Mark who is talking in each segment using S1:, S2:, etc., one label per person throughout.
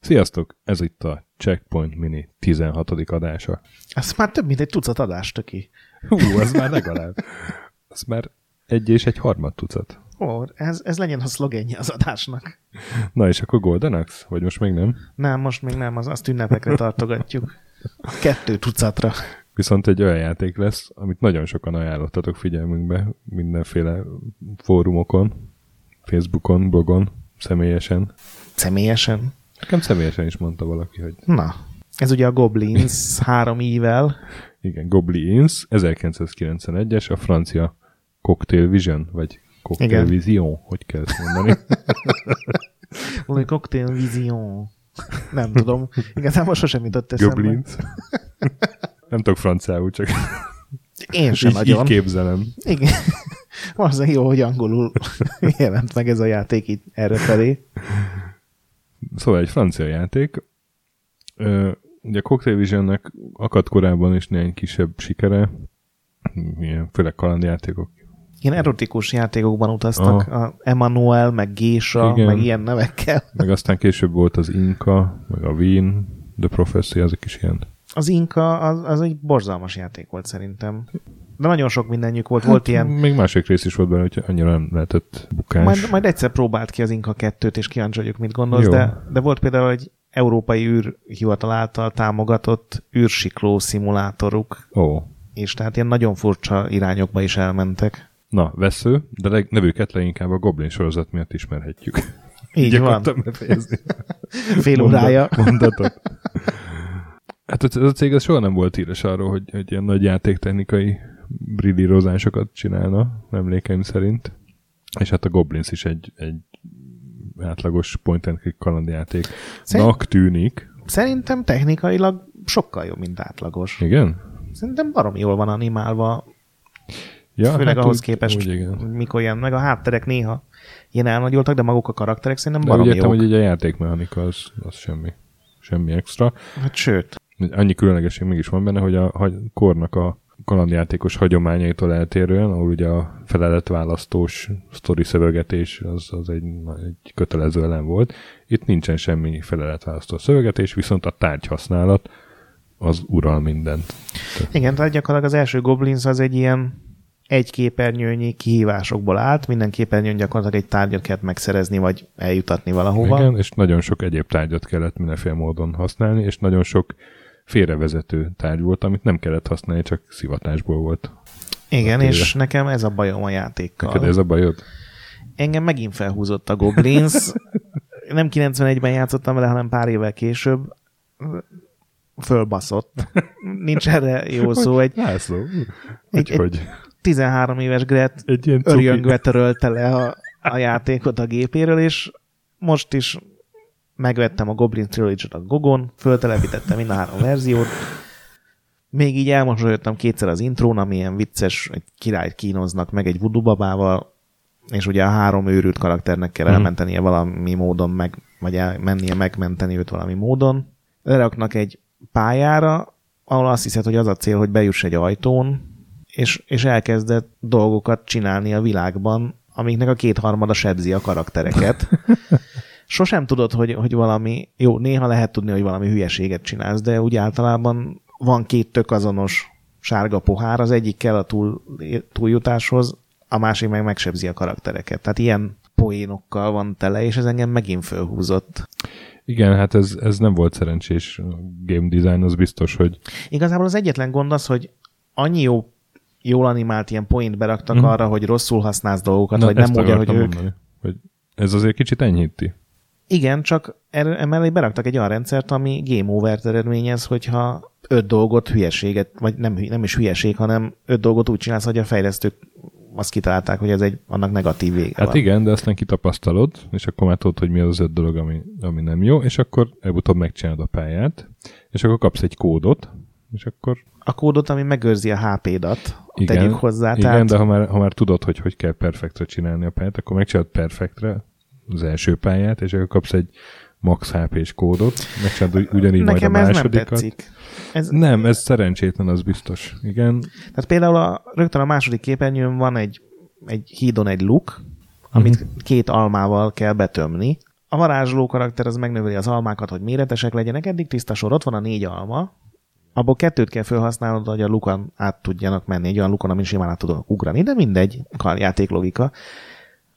S1: Sziasztok! Ez itt a Checkpoint Mini 16. adása.
S2: Ez már több mint egy tucat adás töki.
S1: Hú, az már legalább. Az már egy és egy harmad tucat.
S2: Ó, ez, ez legyen a szlogenje az adásnak.
S1: Na és akkor Goldanax? Vagy most még nem?
S2: Nem, most még nem, az, azt ünnepekre tartogatjuk. Kettő tucatra.
S1: Viszont egy olyan játék lesz, amit nagyon sokan ajánlottatok figyelmünkbe mindenféle fórumokon, Facebookon, blogon, személyesen.
S2: Személyesen.
S1: Nekem személyesen is mondta valaki, hogy
S2: Na, ez ugye a Goblins három ível.
S1: igen, Goblins 1991-es, a francia Cocktail Vision, vagy Cocktail
S2: Igen.
S1: Vision, hogy kell ezt mondani.
S2: Valami Cocktail Vision. Nem tudom. Igazából sosem jutott eszembe.
S1: Goblins. Nem tudok franciául, csak
S2: Én sem
S1: így, így
S2: nagyon.
S1: képzelem.
S2: Igen. Valószínűleg jó, hogy angolul jelent meg ez a játék itt erre felé.
S1: Szóval egy francia játék. Ö, Ugye a Cocktail Visionnek akadt korábban is néhány kisebb sikere, ilyen főleg kalandjátékok.
S2: Ilyen erotikus játékokban utaztak, a Emmanuel, meg Gésa,
S1: Ah. Igen.
S2: meg ilyen nevekkel.
S1: Meg aztán később volt az Inka, meg a Wien, The Prophecy, azok is ilyen.
S2: Az Inka az, az egy borzalmas játék volt szerintem. De nagyon sok mindenjük volt, volt ilyen.
S1: Hát Még másik rész is volt benne, hogy annyira nem lehetett bukás.
S2: Majd, majd egyszer próbált ki az Inka kettőt, és kíváncsi vagyok, mit gondolsz,
S1: Jó.
S2: de, de volt például egy európai űrhivatal által támogatott űrsikló szimulátoruk,
S1: Ó,
S2: és tehát ilyen nagyon furcsa irányokba is elmentek.
S1: na, vesző, de leg, nevüket leginkább a Goblin sorozat miatt ismerhetjük.
S2: Így van,
S1: akartam befejezni.
S2: fél órája.
S1: Mondat- Mondatot. Hát ez ez a cég az soha nem volt híres arról, hogy, hogy ilyen nagy játéktechnikai brillírozásokat csinálna, emlékeim szerint. És hát a Goblins is egy, egy átlagos point and click kalandjáték.
S2: Szerint-
S1: Nak tűnik.
S2: Szerintem technikailag sokkal jobb, mint átlagos.
S1: Igen?
S2: Szerintem barom jól van animálva,
S1: Ja,
S2: főleg
S1: hát
S2: ahhoz
S1: úgy-
S2: képest,
S1: Úgy, igen.
S2: hogy mikor ilyen, meg a hátterek néha ilyen elnagyoltak, de maguk a karakterek szerintem
S1: De úgy
S2: baromi
S1: értem,
S2: jók.
S1: hogy egy a játékmechanika az, az semmi, semmi extra.
S2: Hát sőt,
S1: annyi különlegesség mégis van benne, hogy a hagy- kornak a kalandjátékos hagyományaitól eltérően, ahol ugye a feleletválasztós sztori szövegetés az, az egy, egy kötelező elem volt. Itt nincsen semmi feleletválasztó szövegetés, viszont a tárgyhasználat az ural mindent.
S2: igen, tehát gyakorlatilag az első Goblins az egy ilyen egy képernyőnyi kihívásokból állt, minden képernyőn gyakorlatilag egy tárgyat kellett megszerezni, vagy eljutatni valahova.
S1: Igen, és nagyon sok egyéb tárgyat kellett mindenféle módon használni, és nagyon sok félrevezető tárgy volt, amit nem kellett használni, csak szivatásból volt.
S2: Igen
S1: Hát,
S2: és nekem ez a bajom a játékkal.
S1: Neked ez a bajod?
S2: Engem megint felhúzott a Goblins. Nem 91-ben játszottam vele, hanem pár évvel később. Fölbaszott. Nincs erre jó szó. Egy
S1: László.
S2: egy-
S1: Úgyhogy
S2: 13 éves Gret
S1: egy ilyen cuki-
S2: örjöngve törölte le a, a játékot a gépéről, és most is megvettem a Goblin Trilogy-t a Gogon, föltelepítettem mind a három verziót, még így elmosolyodtam kétszer az intrón, ami ilyen vicces, egy királyt kínoznak meg egy voodoo babával, és ugye a három őrült karakternek kell elmentenie valami módon, meg, vagy el, mennie megmenteni őt valami módon. Leraknak egy pályára, ahol azt hiszed, hogy az a cél, hogy bejuss egy ajtón, és, és elkezdett dolgokat csinálni a világban, amiknek a kétharmada sebzi a karaktereket. Sosem tudod, hogy, hogy valami, jó, néha lehet tudni, hogy valami hülyeséget csinálsz, de úgy általában van két tök azonos sárga pohár, az egyik kell a túl, túljutáshoz, a másik meg megsebzi a karaktereket. Tehát ilyen poénokkal van tele, és ez engem megint fölhúzott.
S1: Igen, hát ez, ez nem volt szerencsés A game design, az biztos, hogy
S2: Igazából az egyetlen gond az, hogy annyi jó jól animált ilyen point beraktak mm. arra, hogy rosszul használsz dolgokat,
S1: Na,
S2: Hát, vagy nem
S1: ezt
S2: úgy, hogy
S1: akartam
S2: ők Hát
S1: mondani, hogy ez azért kicsit enyhíti.
S2: Igen, csak erre- emellé beraktak egy olyan rendszert, ami game over-t eredményez, hogyha öt dolgot hülyeséget, vagy nem, hü- nem is hülyeség, hanem öt dolgot úgy csinálsz, hogy a fejlesztők azt kitalálták, hogy ez egy annak negatív vége
S1: Hát
S2: van.
S1: igen, de aztán kitapasztalod, és akkor már tudod, hogy mi az az öt dolog, ami, ami nem jó, és akkor előbb-utóbb megcsinálod a pályát, és akkor kapsz egy kódot, és akkor
S2: A kódot, ami megőrzi a HP-dat,
S1: igen,
S2: tegyük hozzá.
S1: igen
S2: tehát
S1: de ha már, ha már tudod, hogy hogy kell perfektre csinálni a pályát, akkor megcsinálod perfektre az első pályát, és akkor kapsz egy max HP-s kódot, megcsinálod ugyanígy
S2: Nekem
S1: majd a
S2: ez nem
S1: másodikat.
S2: tetszik. Ez,
S1: Nem, ez szerencsétlen, az biztos. Igen,
S2: Tehát például a, rögtön a második képernyőn van egy, egy hídon egy luk, amit uh-huh. két almával kell betömni. A varázsló karakter az megnöveli az almákat, hogy méretesek legyenek. Eddig tiszta sor, ott van a négy alma, abból kettőt kell felhasználnod, hogy a lukon át tudjanak menni, egy olyan lukon, amin simán át tudnak ugrani, de mindegy, kar- játéklogika.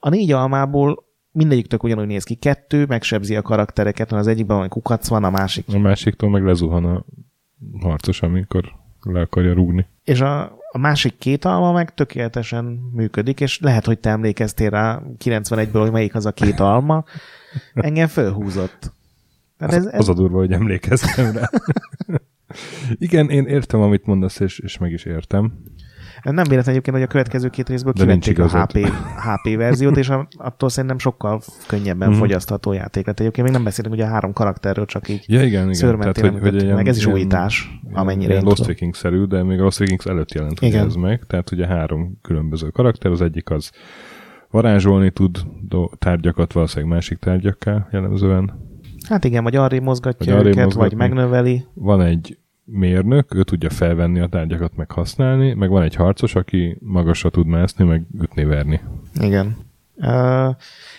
S2: A négy almából mindegyik tök ugyanúgy néz ki, kettő megsebzi a karaktereket, mert az egyikben van kukac van, a másik
S1: a másiktól meg lezuhan a harcos, amikor le akarja rúgni.
S2: és a, a másik két alma meg tökéletesen működik, és lehet, hogy te emlékeztél rá 91-ből, hogy melyik az a két alma, engem fölhúzott. Tehát ez, ez,
S1: Az a durva, hogy emlékeztem rá. Igen, én értem, amit mondasz, és, és meg is értem.
S2: nem véletlen egyébként, hogy a következő két részből
S1: De nincs
S2: kivették a
S1: igazad.
S2: HP, HP verziót, és a, attól szerintem sokkal könnyebben
S1: Mhm.
S2: mm-hmm. fogyasztható játék lett. Egyébként még nem beszélünk ugye a három karakterről, csak így
S1: Ja, igen, igen.
S2: szőrmentén említettük
S1: ilyen-
S2: meg. Ez is
S1: ilyen-
S2: újítás,
S1: ilyen-
S2: amennyire
S1: Ilyen
S2: én
S1: Lost
S2: tudom.
S1: Vikings-szerű, de még a Lost Vikings előtt jelent ugye
S2: Igen.
S1: ez meg. Tehát ugye három különböző karakter, az egyik az varázsolni tud do- tárgyakat, valószínűleg másik tárgyakká jellemzően.
S2: Hát igen, vagy arré mozgatja
S1: Vagy
S2: vagy
S1: arrébb
S2: őket, vagy
S1: mozgatni.
S2: megnöveli.
S1: Van egy mérnök, ő tudja felvenni a tárgyakat, meg használni, meg van egy harcos, aki magasra tud mászni, meg ütni-verni.
S2: Igen. Ö,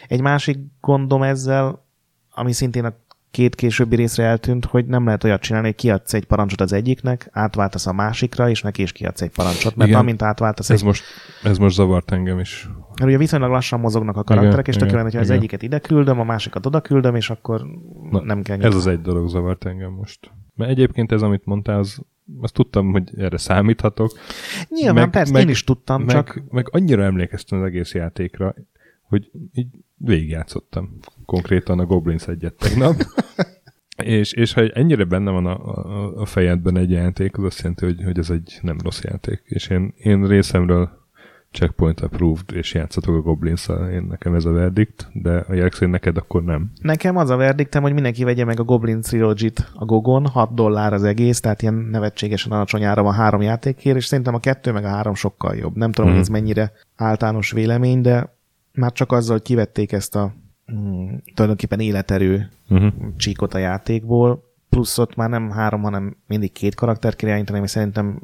S2: Egy másik gondom ezzel, ami szintén a két későbbi részre eltűnt, hogy nem lehet olyat csinálni, hogy kiadsz egy parancsot az egyiknek, átváltasz a másikra, és neki is kiadsz egy parancsot, mert
S1: Igen.
S2: Igen. amint átváltasz
S1: Ez
S2: egy...
S1: most, ez most zavart engem is.
S2: Mert ugye viszonylag lassan mozognak a karakterek,
S1: Igen,
S2: és tök jó
S1: igen,
S2: lenne, hogyha az
S1: igen.
S2: egyiket ide küldöm, a másikat oda küldöm, és akkor
S1: Na,
S2: Na, nem kell
S1: Ez az egy dolog zavart engem most. Mert egyébként ez, amit mondtál, az, azt tudtam, hogy erre számíthatok,
S2: Nyilván,
S1: meg-
S2: meg, persze,
S1: meg-
S2: én is tudtam,
S1: meg,
S2: meg, csak
S1: meg annyira emlékeztem az egész játékra, hogy így végigjátszottam. Konkrétan a Goblins egyet tegnap. és, és ha ennyire benne van a, a, a fejedben egy játék, az azt jelenti, hogy, hogy ez egy nem rossz játék. És én, én részemről checkpoint approved, és játszatok a goblins én nekem ez a verdikt, de a jelek szerint neked akkor nem.
S2: Nekem az a verdiktem, hogy mindenki vegye meg a Goblin trilogy a Gogon, 6 dollár az egész, tehát ilyen nevetségesen alacsony ára van három játékért, és szerintem a kettő meg a három sokkal jobb. Nem tudom,
S1: Mhm.
S2: hogy ez mennyire általános vélemény, de már csak azzal, hogy kivették ezt a mm, tulajdonképpen életerő
S1: Uh-huh.
S2: csíkot a játékból, plusz ott már nem három, hanem mindig két karakter kell irányítani, ami szerintem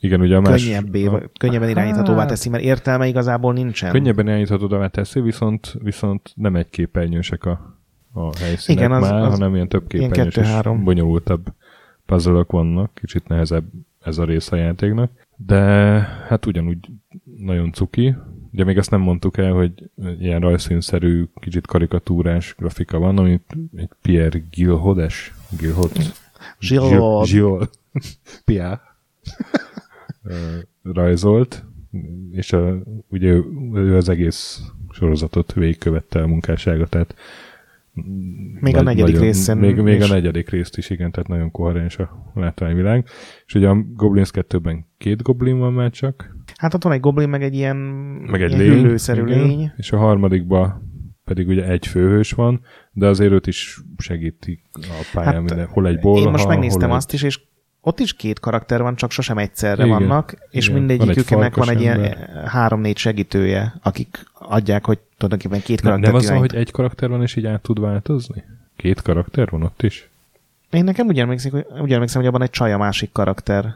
S1: Igen, ugye a más...
S2: könnyebbé,
S1: a-
S2: vagy könnyebben irányíthatóvá teszi, mert értelme igazából nincsen.
S1: Könnyebben elnyithatod a teszi, viszont, viszont nem egy képernyősek a, a helyszínek Igen,
S2: Igen,
S1: az,
S2: az-
S1: már, az,
S2: az
S1: hanem ilyen több
S2: ilyen
S1: képernyős
S2: kettő-három.
S1: és bonyolultabb puzzle vannak, kicsit nehezebb ez a rész a játéknak, de hát ugyanúgy nagyon cuki. Ugye még azt nem mondtuk el, hogy ilyen rajzszínszerű, kicsit karikatúrás grafika van, amit egy Pierre Gilhodes, Gilhot,
S2: Zsilod.
S1: Zsiol, Pia ö, rajzolt, és a, ugye ő- ő az egész sorozatot végigkövette a munkásságát, tehát
S2: Még a
S1: nagy-
S2: negyedik
S1: nagyon,
S2: részen
S1: Még, még a
S2: is.
S1: negyedik részt is, igen, tehát nagyon koherens a látványvilág. És ugye a Goblins 2-ben két goblin van már csak,
S2: Hát ott van egy goblin, meg egy ilyen,
S1: meg egy
S2: ilyen
S1: lény.
S2: hüllőszerű
S1: igen,
S2: lény.
S1: És a harmadikban pedig ugye egy főhős van, de azért őt is segítik a pályán hát,
S2: Hát,
S1: minden, hol egy
S2: Én
S1: bolha,
S2: most megnéztem
S1: hol egy-
S2: azt is, és ott is két karakter van, csak sosem egyszerre
S1: Igen,
S2: igen, vannak, és
S1: igen.
S2: igen.
S1: Van egy
S2: mindegyiküknek
S1: farkas
S2: van egy ilyen
S1: ember.
S2: eh, három-négy segítője, akik adják, hogy tulajdonképpen két
S1: Nem,
S2: karakter
S1: nem az, van,
S2: irányít.
S1: hogy egy karakter van, és így át tud változni? Két karakter van ott is?
S2: Én nekem úgy emlékszem, hogy, úgy emlékszem, hogy abban egy csaj a másik karakter.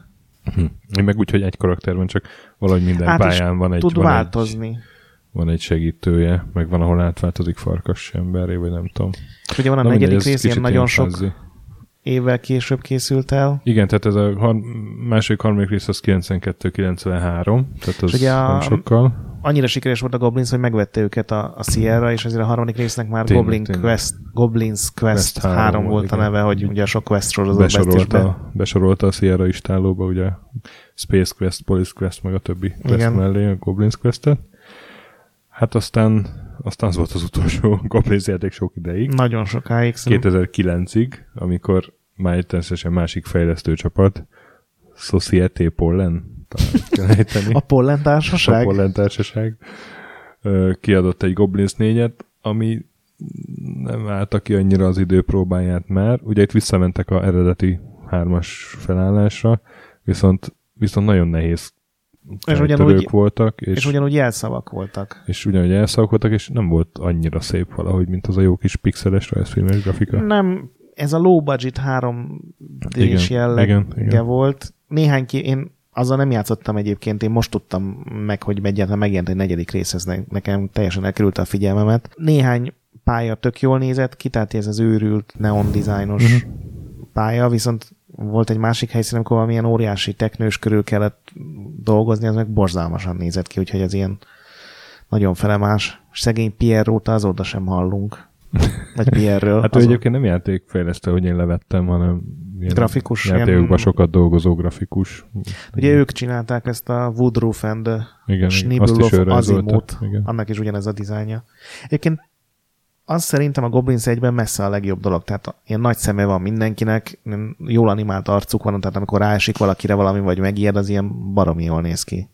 S1: Hm. Én meg úgy, hogy egy karakter van, csak valahogy minden
S2: Át Hát is
S1: pályán van egy,
S2: tud
S1: van, egy,
S2: változni.
S1: van egy segítője, meg van, ahol átváltozik farkas emberré, vagy nem tudom.
S2: És ugye van a
S1: Na mindegy,
S2: negyedik
S1: ez
S2: rész, ilyen
S1: kicsit
S2: nagyon sok
S1: fázzi.
S2: évvel később készült el.
S1: Igen, tehát ez a har- második, harmadik rész az 92-93, tehát az
S2: ugye a-
S1: nem sokkal.
S2: Annyira sikeres volt a Goblins, hogy megvette őket a, a Sierra, és ezért a harmadik résznek már
S1: Tényleg,
S2: Goblin
S1: tényleg.
S2: Quest, Goblins Quest,
S1: Quest
S2: 3,
S1: három volt,
S2: volt a
S1: igen.
S2: neve, hogy ugye a sok Quest sorozatba is be,
S1: Besorolta, besorolta a Sierra istálóba, ugye Space Quest, Police Quest, meg a többi quest Igen.
S2: Igen.
S1: mellé a Goblins Questet. Hát aztán, aztán az volt az utolsó Goblins játék sok ideig.
S2: nagyon sokáig. szerintem.
S1: 2009-ig, amikor már egy természetesen másik fejlesztőcsapat, Société Pollen, talán kell ejteni.
S2: A Pollen
S1: a
S2: Társaság?
S1: Pollen Társaság ö, kiadott egy Goblins 4-et, ami nem állta ki annyira az időpróbáját már. Ugye itt visszamentek a eredeti hármas felállásra, viszont, viszont nagyon nehéz és
S2: ugyanúgy-
S1: ugyanúgy, voltak,
S2: És, és
S1: és,
S2: ugyanúgy jelszavak voltak.
S1: és ugyanúgy elszalkoltak, és nem volt annyira szép valahogy, mint az a jó kis pixeles rajzfilmes grafika.
S2: Nem, ez a low budget 3
S1: Igen,
S2: d jellege
S1: igen, igen.
S2: volt. Néhány ki, én azzal nem játszottam egyébként, én most tudtam meg, hogy egyáltalán megjelent egy negyedik rész, ez ne, nekem teljesen elkerült a figyelmemet. Néhány pálya tök jól nézett ki, tehát ez az őrült neon dizájnos
S1: Mhm.
S2: pálya, viszont volt egy másik helyszín, amikor valamilyen óriási teknős körül kellett dolgozni, az meg borzalmasan nézett ki, úgyhogy ez ilyen nagyon felemás. Szegény Pierre-róta azóta sem hallunk. Vagy Pierre-ről.
S1: Hát ő
S2: azóta.
S1: egyébként nem játékfejlesztő, hogy én levettem, hanem ilyen
S2: Grafikus,
S1: játékokban
S2: ilyen-
S1: sokat dolgozó grafikus.
S2: Ugye ők csinálták ezt a Woodruff and
S1: Hmm. igen, igen, azt is
S2: Schnibbelhoff
S1: ő
S2: Azimut,
S1: rajzolta. Igen.
S2: annak is ugyanez a dizájnja. Egyébként azt szerintem a Goblins egyben messze a legjobb dolog, tehát ilyen nagy szeme van mindenkinek, nem- jól animált arcuk van, tehát amikor ráesik valakire valami, vagy megijed, az ilyen baromi jól néz ki.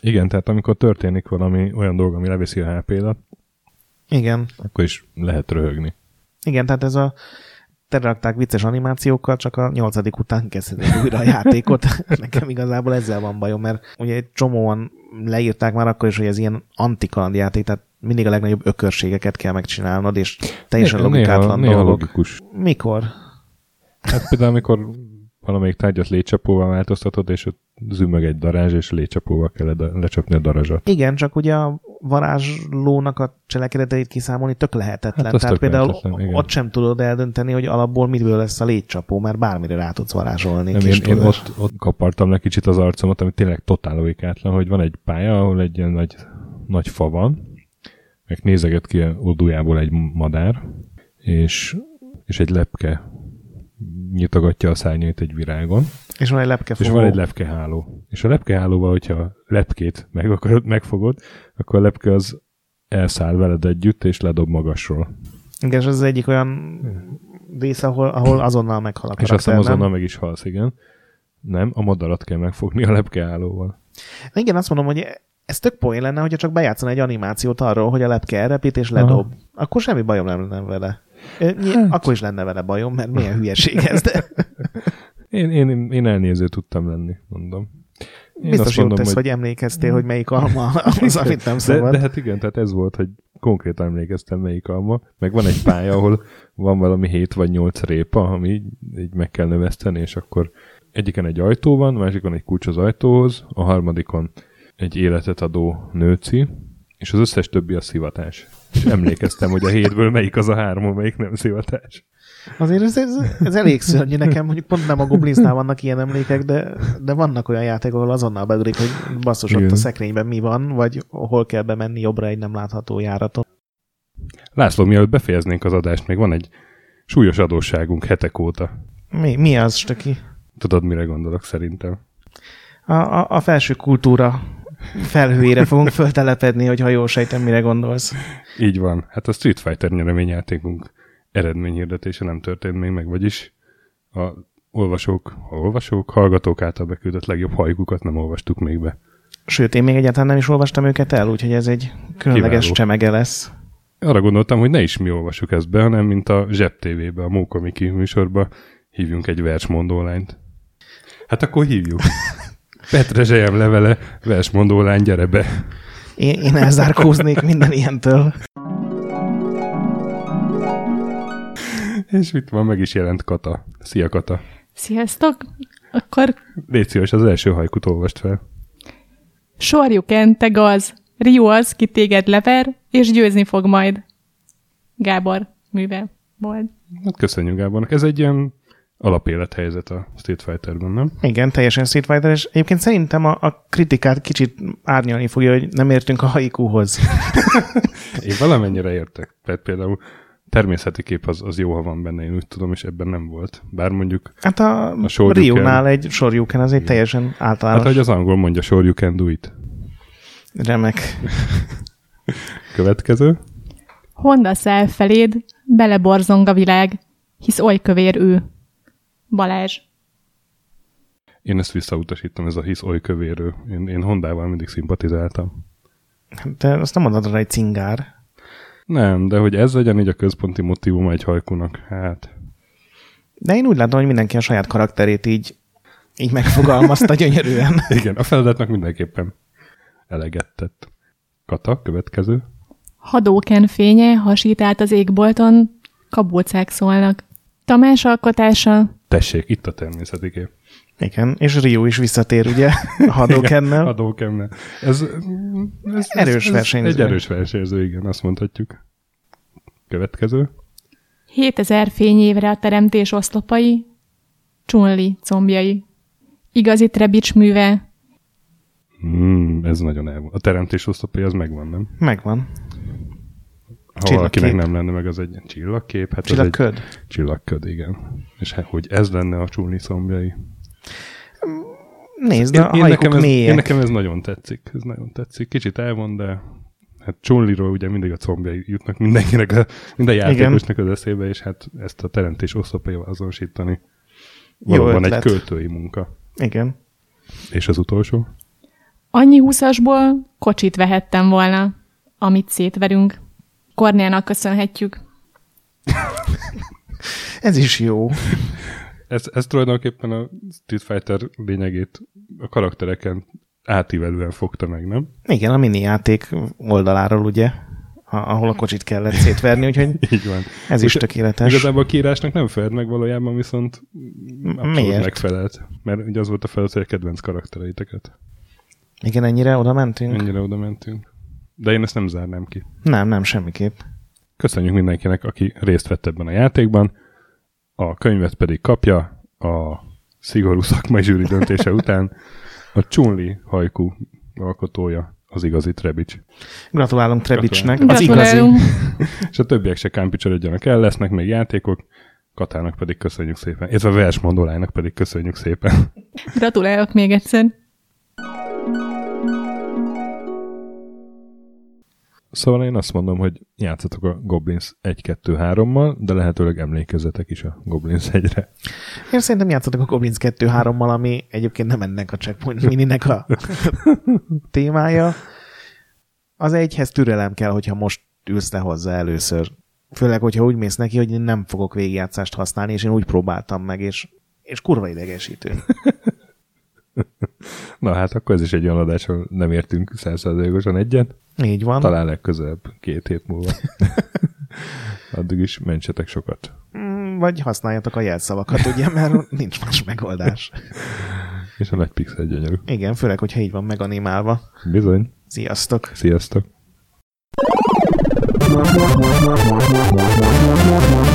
S1: igen, tehát amikor történik valami olyan dolog, ami leviszi a HP-dat,
S2: Igen,
S1: akkor is lehet röhögni.
S2: igen, tehát ez a telerakták vicces animációkkal, csak a nyolcadik után kezdhetik újra a játékot. Nekem igazából ezzel van bajom, mert ugye egy csomóan leírták már akkor is, hogy ez ilyen antikaland játék, tehát mindig a legnagyobb ökörségeket kell megcsinálnod, és teljesen
S1: néha,
S2: logikátlan
S1: néha
S2: dolgok.
S1: logikus.
S2: Mikor?
S1: Hát például, amikor valamelyik tárgyat létcsapóval változtatod, és ott zümög egy darázs, és létcsapóval kell leda- lecsapni a darazsat.
S2: Igen, csak ugye a varázslónak a cselekedeteit kiszámolni tök lehetetlen.
S1: Hát az
S2: Tehát
S1: tök
S2: például
S1: lehetetlen, igen.
S2: ott sem tudod eldönteni, hogy alapból miből lesz a létcsapó, mert bármire rá tudsz varázsolni.
S1: Nem,
S2: kis
S1: én, én
S2: tudás.
S1: ott, ott kapartam le kicsit az arcomat, ami tényleg totál logikátlan, hogy van egy pálya, ahol egy ilyen nagy, nagy fa van, meg nézeget ki a odujából egy madár, és, és egy lepke nyitogatja a szárnyait egy virágon,
S2: És van egy lepkefogó.
S1: És van egy lepkeháló. És a lepkehálóval, hogyha a lepkét meg akarod, megfogod, akkor a lepke az elszáll veled együtt, és ledob magasról.
S2: Igen, és ez az egyik olyan rész, ahol, ahol azonnal meghal a
S1: Hm. és
S2: karakter,
S1: aztán azonnal
S2: nem?
S1: meg is halsz, igen. Nem, a madarat kell megfogni a lepkehálóval.
S2: Igen, azt mondom, hogy ez tök poén lenne, hogyha csak bejátszana egy animációt arról, hogy a lepke elrepít és ledob. Aha. Akkor semmi bajom nem lenne vele. Ö, Ny- hát. Akkor is lenne vele bajom, mert milyen hülyeség ez, de
S1: Én, én, én elnéző tudtam lenni, mondom. Én
S2: biztos
S1: azt
S2: jót tesz, hogy... hogy emlékeztél, hogy melyik alma az, amit nem
S1: de,
S2: szabad.
S1: de hát igen, tehát ez volt, hogy konkrétan emlékeztem melyik alma. Meg van egy pálya, ahol van valami 7 vagy 8 répa, ami így, így meg kell növeszteni, és akkor egyiken egy ajtó van, másikon egy kulcs az ajtóhoz, a harmadikon egy életet adó nőci, és az összes többi a szivatás. És emlékeztem, hogy a hétből melyik az a három, melyik nem szivatás.
S2: Azért ez, ez, ez elég szörnyű nekem, mondjuk pont nem a Goblinsnál vannak ilyen emlékek, de, de vannak olyan játékok, ahol azonnal beugrik, hogy basszus ott
S1: Igen.
S2: a szekrényben mi van, vagy hol kell bemenni jobbra egy nem látható járaton.
S1: László, mielőtt befejeznénk az adást, még van egy súlyos adósságunk hetek óta.
S2: Mi, mi az, Stöki?
S1: Tudod, mire gondolok szerintem?
S2: A, a, a felső kultúra felhőjére fogunk föltelepedni, hogy ha jól sejtem, mire gondolsz.
S1: Így van. Hát a Street Fighter nyereményjátékunk eredményhirdetése nem történt még meg, vagyis a olvasók, ha olvasók, hallgatók által beküldött legjobb hajkukat nem olvastuk még be.
S2: Sőt, én még egyáltalán nem is olvastam őket el, úgyhogy ez egy különleges
S1: Kiváló.
S2: Kiváló. csemege lesz.
S1: Arra gondoltam, hogy ne is mi olvassuk ezt be, hanem mint a Zseb TV-be, a Mókomiki műsorba hívjunk egy versmondó lányt. Hát akkor hívjuk. Petre Zselyem levele, versmondó lány, gyere be.
S2: Én, én elzárkóznék minden ilyentől.
S1: És itt van, meg is jelent Kata. Szia Kata.
S3: Sziasztok! Akkor
S1: Légy szíves, az első hajkut olvast fel.
S3: sorjuk enteg az, Rio az, ki téged lever, és győzni fog majd. Gábor műve volt.
S1: Hát köszönjük Gábornak. Ez egy ilyen alapélethelyzet a Street Fighterben, nem?
S2: Igen, teljesen Street Fighter, és egyébként szerintem a, a kritikát kicsit árnyalni fogja, hogy nem értünk a haikuhoz.
S1: Én valamennyire értek. Tehát például természeti kép az, az jó, ha van benne, én úgy tudom, és ebben nem volt. Bár mondjuk,
S2: Hát a,
S1: A
S2: a
S1: Shoryuken.
S2: Ryu-nál egy sorjuken az egy teljesen
S1: hát
S2: általános
S1: ahogy az angol mondja, sure you can do it.
S2: remek.
S1: Következő.
S3: Honda szel feléd, beleborzong a világ, hisz oly kövér ő. Balázs.
S1: Én ezt visszautasítom, ez a hisz oly kövérő. Én, én Hondával mindig szimpatizáltam.
S2: Hát, Te azt nem mondod rá, hogy cingár.
S1: Nem, de hogy ez legyen így a központi motivuma egy hajkunak, hát
S2: De én úgy látom, hogy mindenki a saját karakterét így így megfogalmazta gyönyörűen.
S1: Igen, a feladatnak mindenképpen eleget tett. Kata, következő.
S3: Hadóken fénye hasít át az égbolton, kabócák szólnak. Tamás alkotása,
S1: Tessék, itt a természeti kép.
S2: Igen, és Rio is visszatér, ugye, a hadókennel.
S1: Hadókennel. Ez, mm, ez,
S2: Erős versenyző.
S1: Egy erős versenyző, igen, azt mondhatjuk. Következő.
S3: 7000 fényévre a teremtés oszlopai, Csunli combjai. Igazi Trebics műve,
S1: Hmm, ez nagyon el A teremtés oszlopé az megvan, nem?
S2: Megvan.
S1: Ha valakinek
S2: Csillagkép.
S1: nem lenne meg, az egy ilyen csillagkép. Hát Ez
S2: Csillagköd.
S1: egy csillagköd, igen. És hát, hogy ez lenne a csúni szombjai.
S2: Nézd, a
S1: ez,
S2: hajkuk
S1: én
S2: mélyek.
S1: nekem ez nagyon tetszik. Ez nagyon tetszik. Kicsit elmond, de hát Csunliról ugye mindig a combjai jutnak mindenkinek, a, minden játékosnak az eszébe, és hát ezt a teremtés oszlopéval azonosítani.
S2: Jó
S1: Valóban egy
S2: ötlet.
S1: költői munka.
S2: Igen.
S1: És az utolsó?
S3: annyi húszasból kocsit vehettem volna, amit szétverünk. Kornélnak köszönhetjük.
S2: Ez is jó.
S1: Ez, ez tulajdonképpen a Street Fighter lényegét a karaktereken átívelően fogta meg, nem?
S2: Igen, a mini játék oldaláról, ugye, a- ahol a kocsit kellett szétverni, úgyhogy
S1: Így van.
S2: ez is tökéletes.
S1: Igazából a kiírásnak nem feled meg valójában, viszont abszolút
S2: miért?
S1: megfelelt. Mert ugye az volt a feladat, hogy a kedvenc karaktereiteket.
S2: Igen, ennyire oda mentünk?
S1: Ennyire oda mentünk. De én ezt nem zárnám ki.
S2: Nem, nem, semmiképp.
S1: Köszönjük mindenkinek, aki részt vett ebben a játékban. A könyvet pedig kapja a szigorú szakmai zsűri döntése után a Csunli hajkú alkotója, az igazi Trebics.
S2: Gratulálunk Trebicsnek, az igazi.
S3: Gratulálunk.
S1: És a többiek se kámpicsörödjenek el, lesznek még játékok, Katának pedig köszönjük szépen, illetve a versmondolának pedig köszönjük szépen.
S3: Gratulálok még egyszer.
S1: Szóval én azt mondom, hogy játszatok a Goblins 1-2-3-mal, de lehetőleg emlékezzetek is a Goblins 1-re.
S2: Én szerintem játszottak a Goblins 2-3-mal, ami egyébként nem ennek a Checkpoint Mininek a témája. Az egyhez türelem kell, hogyha most ülsz le hozzá először. Főleg, hogyha úgy mész neki, hogy én nem fogok végigjátszást használni, és én úgy próbáltam meg, és, és kurva idegesítő.
S1: Na hát akkor ez is egy olyan adás, ahol nem értünk százszerzalékosan egyet.
S2: Így van.
S1: Talán legközelebb, két hét múlva. Addig is mentsetek sokat.
S2: Mm, Vagy használjatok a jelszavakat, ugye, mert nincs más megoldás.
S1: És a nagy pixel gyönyörű.
S2: Igen, főleg, hogyha így van meganimálva.
S1: Bizony.
S2: Sziasztok!
S1: Sziasztok.
S4: Thank you.